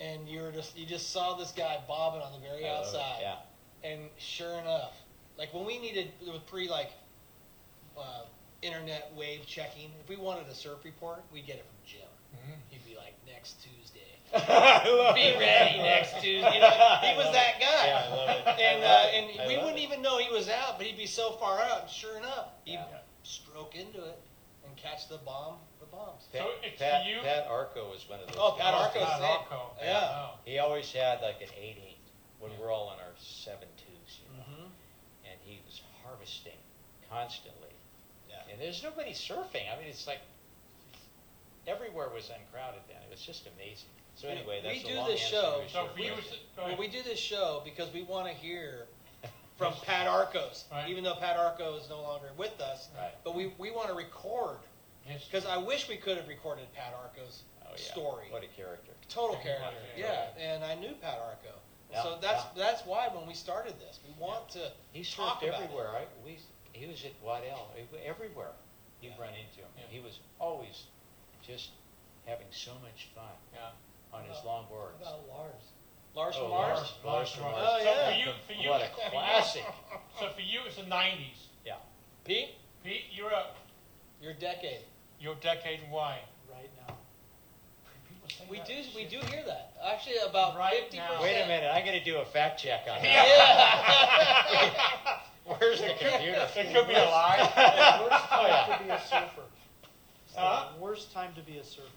and you were just you just saw this guy bobbing on the very
I love it,
outside.
Oh, Yeah.
And sure enough, like when we needed it was pre like uh, internet wave checking, if we wanted a surf report, we'd get it from Jim. He'd be like, next Tuesday.
<laughs>
Be ready next Tuesday. You know, he was that guy.
Yeah, I love it. I
And, uh,
love it.
and
I
we
love
wouldn't
it.
even know he was out, but he'd be so far out. And sure enough, he'd
Yeah.
stroke into it and catch the bomb, the bombs.
So
Pat-
it's
Pat,
you-
Pat Arco was one of those.
Oh,
guys.
Pat Arco.
Not oh.
said-
Rocco.
yeah.
no.
He always had like an eight eight when we're all on our seven twos, you know.
Mhm.
And he was harvesting constantly.
Yeah.
And there's nobody surfing. I mean, it's like everywhere was uncrowded then. It was just amazing. So
And
anyway,
we
that's a
do
long
this
answer
show-
to a
So
short
for you,
question.
it's- go
Well,
ahead.
we do this show because we want to
<laughs>
hear from Pat Arcos,
Right.
even though Pat Arco is no longer with us.
Right.
But we, we want to record
Yes.
because I wish we could have recorded Pat Arco's
Oh, yeah.
story.
What a character.
Total character, yeah.
Yeah.
And I knew Pat Arco,
Yeah,
so that's that's why when we started this, we want to
He
talk
surfed
about it.
everywhere. I, we, he was at Waddell, e- everywhere you'd
Yeah.
run into him.
Yeah.
He was always just having so much fun
Yeah.
on his
About-
longboards.
About Lars.
Lars
Oh,
from Mars.
Lars, Lars from Mars.
Oh, yeah.
So for you, for you,
What a
for you-
classic.
So for you, it's the '90s.
Yeah.
Pete,
Pete, you're up.
Your decade,
Your decade why?
right
<laughs>
now.
People say
we
that
do, we
shit.
do hear that, actually about
Right
fifty
now.
percent.
Wait a minute, I gotta do a fact check on that.
Yeah.
Where's the computer?
It could be a lie.
Worst time to be a surfer. It's the
Huh?
worst time to be a surfer.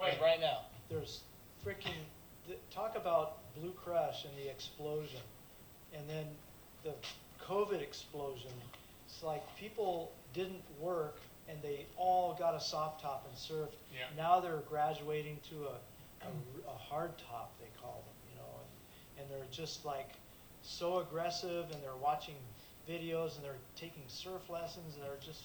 Wait,
Right now.
There's freaking, th- talk about Blue Crush and the explosion, and then the COVID explosion. It's like people didn't work and they all got a soft top and surfed.
Yeah.
Now they're graduating to a, a r- a hard top, they call them, you know, and, and they're just like so aggressive and they're watching videos and they're taking surf lessons and they're just,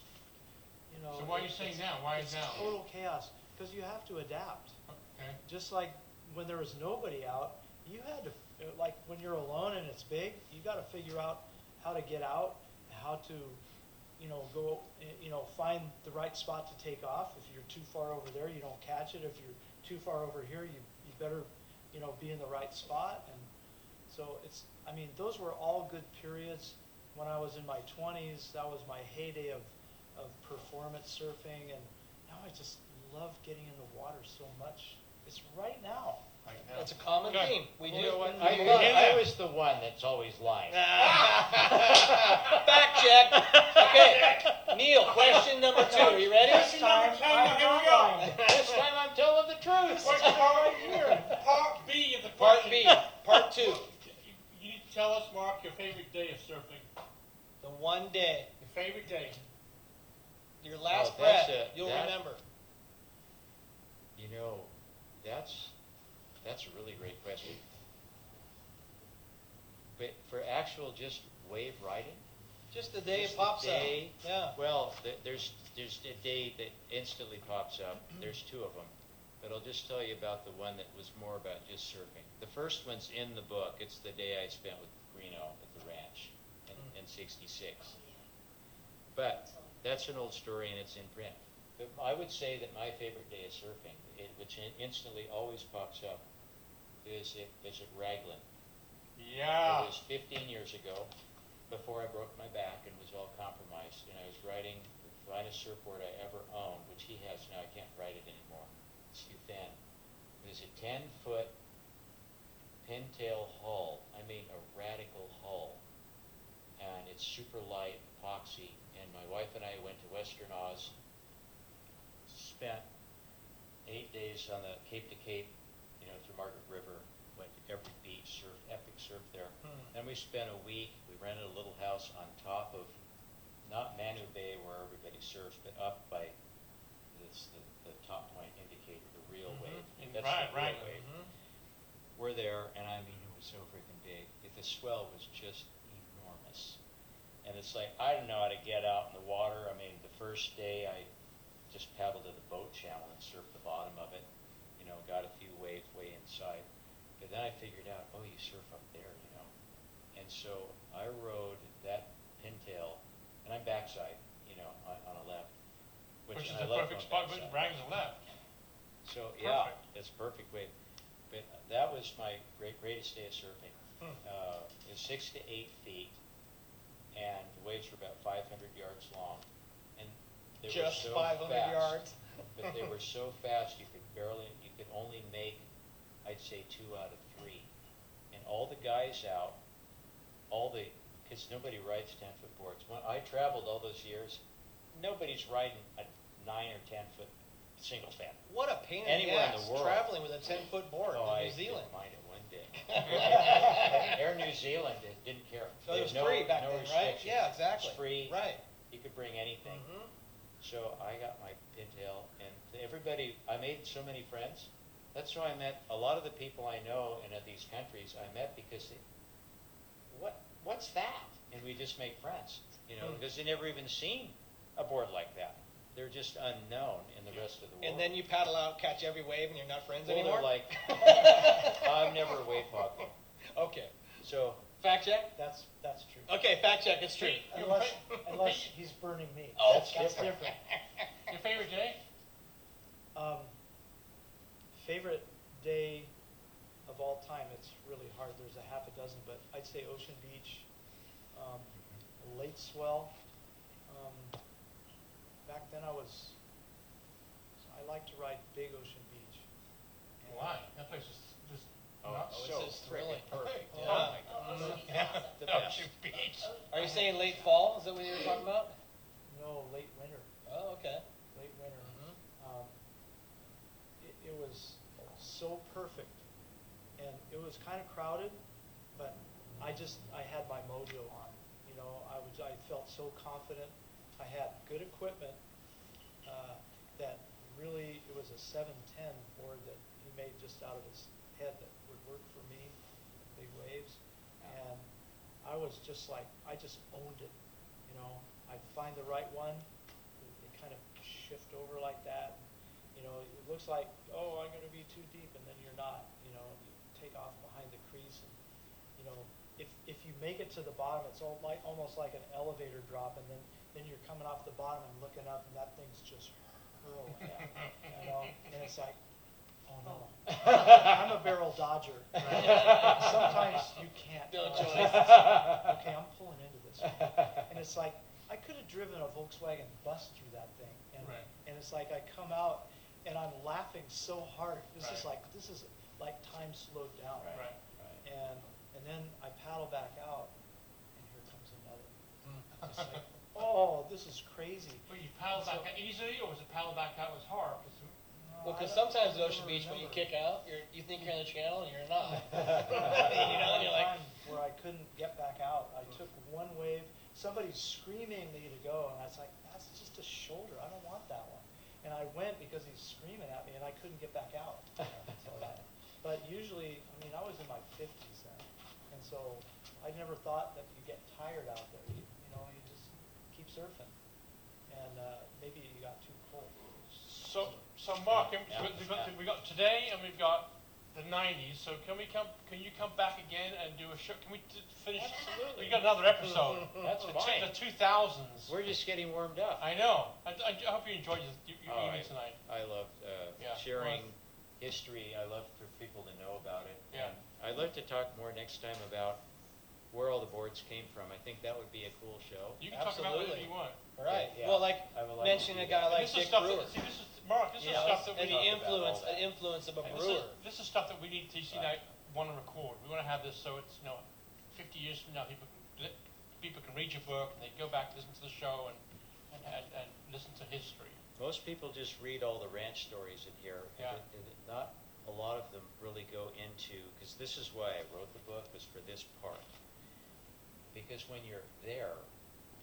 you know.
So why are you
it's-
saying now? Why is
it's
now?
total chaos, because you have to adapt.
<laughs>
Okay.
Just like when there was nobody out, you had to, like when you're alone and it's big, you got to figure out how to get out, how to, you know, go, you know, find the right spot to take off. If you're too far over there, you don't catch it. If you're too far over here, you, you better, you know, be in the right spot. And so it's, I mean, those were all good periods. When I was in my 20s, that was my heyday of, of performance surfing. And now I just love getting in the water so much. It's right now.
Like now.
That's a common
Good.
theme.
Well,
We do.
you know what?
I,
You hear that?
I was the one that's always lying.
Fact <laughs> check. Okay, Neil. Question number two. Are you ready?
Question number two, here we go.
This time I'm telling the truth.
Question right here, part B of the
Part
question.
B. Part two.
You- You need to tell us, Mark, your favorite day of surfing.
The one day,
Your favorite day.
your last
Oh, that's
breath,
it.
you'll
That-
remember.
You know, that's, that's a really great question. But for actual just wave riding,
Just the day
Just
it
the
pops
day.
up. Yeah.
Well, th- there's, there's a day that instantly pops up, there's two of them, but I'll just tell you about the one that was more about just surfing. The first one's in the book, it's the day I spent with Greeno at the ranch in, in sixty-six. But, that's an old story and it's in print. But I would say that my favorite day of surfing, it, which in- instantly always pops up, is it, is at Raglan.
Yeah.
It was 15 years ago, before I broke my back and was all compromised, and I was riding the finest surfboard I ever owned, which he has now, I can't ride it anymore, it's too thin. It was a 10-foot pintail hull, I mean a radical hull, and it's super light, epoxy, and my wife and I went to Western Oz, spent eight days on the Cape to Cape, you know, through Margaret River, went to every beach, surfed, epic surf there.
Hmm.
Then we spent a week, we rented a little house on top of, not Manu Bay where everybody surfs, but up by this, the, the top point indicator, the real wave.
Mhm.
That's
Right,
the real
right.
wave.
Mhm.
We're there, and I mean, it was so freaking big. It- The swell was just enormous. And it's like, I don't know how to get out in the water. I mean, the first day I just paddled to the boat channel and surfed the bottom of it, you know, got a few waves way inside. But then I figured out, oh, you surf up there, you know. And so I rode that pintail, and I'm backside, you know, on, on a left.
Which is
and I
the
love
perfect
going
spot, which
backside.
Raglan's left.
So yeah,
Perfect.
that's a perfect way. But that was my great greatest day of surfing.
Hmm.
Uh, it was six to eight feet, and the waves were about 500 yards long, and they
Just
were so
500
fast,
yards.
<laughs> But they were so fast you could barely, you could only make, I'd say two out of three, and all the guys out, all the, because nobody rides 10 foot boards. When I traveled all those years, nobody's riding a nine or 10 foot single fan.
What a pain in the
Anywhere in
ass
the world.
traveling with a ten foot board
Oh, I
in New Zealand.
didn't mind it one
<laughs>
day. Air New Zealand didn't- didn't care.
So it was
There
free
no-
back
no
then, right?
restrictions.
Yeah, exactly.
It's free.
Right.
You could bring anything.
Mhm.
So I got my pintail, and everybody. I made so many friends. That's why I met a lot of the people I know and at these countries I met because they, what what's that? And we just make friends, you
Hmm.
know, because they never even seen a board like that. They're just unknown in the rest of the world.
And then you paddle out, catch every wave, and you're not friends
well,
anymore.
they're like, <laughs> I'm never a wave hopping.
okay.
So
Fact check.
That's, that's true.
Okay, fact check. It's true.
Unless, unless he's burning me.
Oh,
that's
That's
different.
different.
Your favorite day?
Um, favorite day of all time, it's really hard, there's a half a dozen, but I'd say Ocean Beach, um, late swell. Um, back then I was, I like to ride Big Ocean Beach. And-
Why? That place is just
Oh,
not so
so
It's just really
freaking
perfect,
perfect.
yeah.
Oh my
Oh,
god.
Ocean Beach,
Yeah.
awesome.
The
Oh,
best.
you beach.
Are you saying late fall? Is that what you were talking about?
No, late winter,
Oh, okay.
late winter. Um, it, it was so perfect, and it was kind of crowded, but I just, I had my mojo on, you know, I was, I felt so confident, I had good equipment, uh, that really, it was a seven-ten board that he made just out of his head that would work for me, big waves, and I was just like, I just owned it, you know, I'd find the right one, it- it kind of shift over like that, you know, it looks like, oh, I'm gonna be too deep, and then you're not, you know, you take off behind the crease, and, you know, if, if you make it to the bottom, it's all like, almost like an elevator drop, and then, then you're coming off the bottom and looking up, and that thing's just hurling at you, you know, and it's like, oh no. <laughs> I'm a barrel dodger, right? sometimes you can't.
No
dodge. <laughs> Okay, I'm pulling into this one. And it's like, I could have driven a Volkswagen bus through that thing. And,
Right.
and it's like, I come out and I'm laughing so hard. This is
Right.
like, this is like time slowed down.
Right.
And, and then I paddle back out and here comes another. It's like, oh, this is crazy.
But Hmm. you paddle
So-
back out easily, or was it paddle back out was hard? 'Cause you-
Well,
I
because
don't-
sometimes at
I
Ocean
don't
Beach, when you
remember.
kick out, you're, you think you're in the channel and you're not.
<laughs>
you know, and
One
you're like,
time Where I couldn't get back out, I took one wave, somebody's screaming me to go, and I was like, that's just a shoulder, I don't want that one. And I went because he's screaming at me, and I couldn't get back
<laughs>
out. So that- But usually, I mean, I was in my fifties then, and so I never thought that you get tired out there, you, you know, you just keep surfing. And, uh, maybe you got too cold.
So, so Mark,
Yeah, yeah,
we've got,
yeah.
we got today and we've got the nineties, so can we come, can you come back again and do a show, can we t- finish?
<laughs> Absolutely.
We got another episode.
That's
The two-
fine.
The two thousands.
We're just getting warmed up.
I know. I, I I hope you enjoyed your, your
All
evening
right.
tonight.
I love uh,
Yeah.
sharing history. I love for people to know about it.
Yeah.
And I'd like to talk more next time about where all the boards came from. I think that would be a cool show.
You can talk about whatever
Absolutely.
you want.
all right.
Yeah.
Well, like
I would like to
mention
do
a
that.
guy
And
like
this is
Dick
stuff
Brewer.
that, see, this is, Mark, this is
You know,
stuff that we
and
need.
the
talk about all
influence,
that.
the influence of a
And this
brewer.
is- This is stuff that we need to, you know,
Right.
wanna record. We wanna have this so it's, you know, fifty years from now, people can, li- people can read your book and they go back, listen to the show and, and, and, and listen to history.
Most people just read all the ranch stories in here, and
Yeah.
it- and it- not a lot of them really go into, because this is why I wrote the book, was for this part. Because when you're there,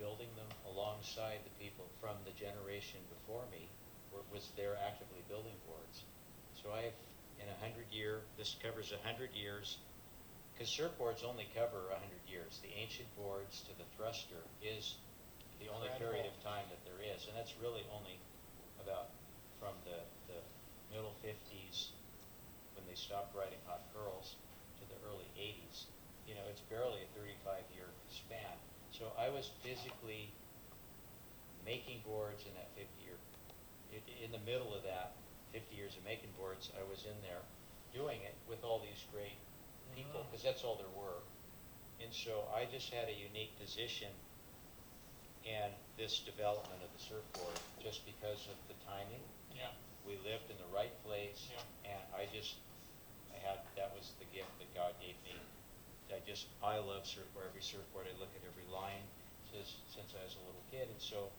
building them alongside the people from the generation before me, were- was there actively building boards. So I've, in a hundred year, this covers a hundred years, because surfboards only cover a hundred years. The ancient boards to the thruster is the only period of time that there is, and that's really only about from the, the middle fifties, when they stopped riding hot curls, to the early eighties. You know, it's barely a thirty-five year span. So I was physically making boards in that fifty-year, in, in the middle of that fifty years of making boards, I was in there doing it with all these great people, because that's all there were. And so I just had a unique position and this development of the surfboard, just because of the timing.
Yeah.
We lived in the right place, and I just, I had, that was the gift that God gave me. I just, I love surfboard, every surfboard, I look at every line since, since I was a little kid, and so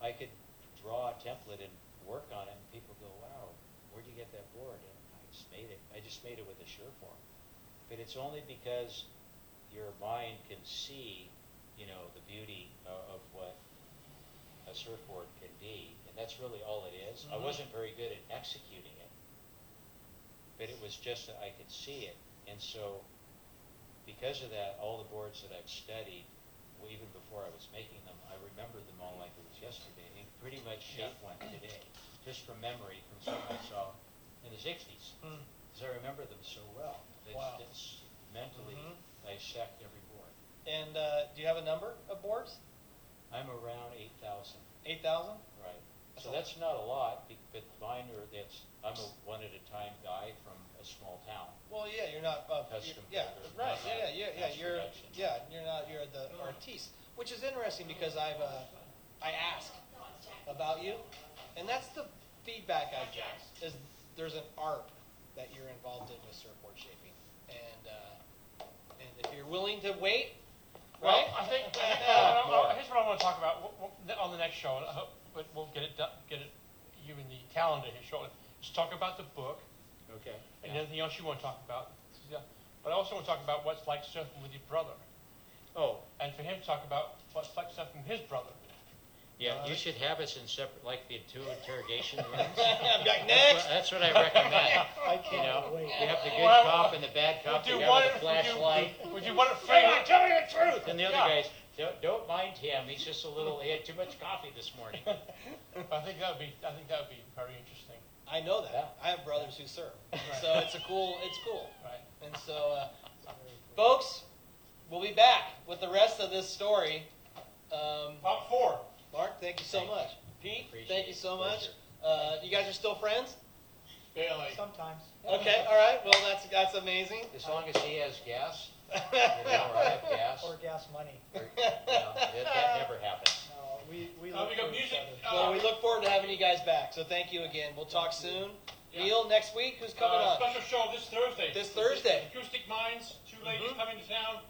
I could draw a template and work on it, and people go, wow, where'd you get that board? And I just made it, I just made it with a Sureform. But it's only because your mind can see, you know, the beauty of, of what a surfboard can be, and that's really all it is. I wasn't very good at executing it, but it was just that I could see it, and so because of that, all the boards that I've studied, well, even before I was making them, I remembered them all like it was yesterday, and pretty much shape one today, just from memory from something I saw in the sixties, because I remember them so well. It's-
Mm-hmm. Wow.
It's mentally
Mhm.
dissect every board.
And uh, do you have a number of boards?
I'm around eight thousand.
Eight thousand.
Right.
That's
So
a-
that's not a lot, be- but mine are, that's, I'm a one at a time guy from a small town.
Well, yeah, you're not. Uh, you're-
Custom
yeah,
builder,
right.
not
Yeah, yeah, yeah,
mass
yeah. You're.
production.
Yeah, you're not. You're the artiste, which is interesting because I've. Uh, I ask.
No, it's Jack.
about you. And that's the feedback I get is there's an art that you're involved in with surfboard shaping. And uh, and if you're willing to wait,
Well,
right? <laughs>
I think I think-
Uh,
well, here's what I want to talk about w- w- on the next show. and I hope, but we'll get it done, get it you in the calendar here shortly. Just talk about the book
Okay.
and
Yeah.
anything else you want to talk about. Yeah. But I also want to talk about what's like surfing with your brother,
Oh,
and for him to talk about what's like surfing with his brother.
yeah, you
Uh,
should have us in separate, like the two interrogation rooms.
I'm like,
<laughs> That's
next.
what- That's what I recommend,
I
you
can't
know,
wait.
you have the good
Well,
cop and the bad cop
we do
together,
one.
the flashlight.
We do, we do one at
Hey,
Freeland.
I'm telling you the truth. And the other
Yeah.
guys, don't, don't mind him, he's just a little, he had too much coffee this morning.
I think that would be. I think that would be very interesting.
I know that.
Yeah.
I have brothers who serve. So it's a cool it's cool.
Right.
And so uh, folks, we'll be back with the rest of this story. Um,
Top four.
Mark, thank you so
Thank you.
much. Pete,
Appreciate
thank you
it.
so much.
Pleasure.
Uh, you guys are still friends?
Bailey.
Sometimes.
Okay, all right. Well, that's that's amazing.
As long as he has gas, you know, or I have gas,
Or gas money.
or- yeah, that, that never happens.
No, we, we
Oh,
look
we
for
got
each
music.
other.
Uh,
Well, we look forward to having you guys back. So thank you again. We'll talk soon.
Yeah.
Neil, next week, who's coming
uh,
on?
Special show this Thursday.
This Thursday.
Acoustic Minds, two ladies
Mhm.
coming to town.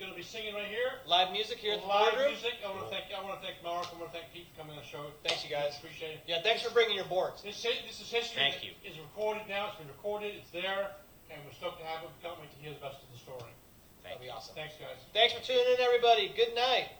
Going to be singing right here.
Live music here at the
Live
boardroom.
music. I want to thank. I want to thank Mark. I want to thank Pete for coming on the show.
Thanks, you guys.
Appreciate it.
Yeah, thanks for bringing your boards.
This, hi- this is history.
Thank
that
you.
Is recorded now. It's been recorded. It's there, and we're stoked to have it. We can't wait to hear the rest of the story.
Thank
That'll be awesome.
Thanks, guys.
Thanks for tuning in, everybody. Good night.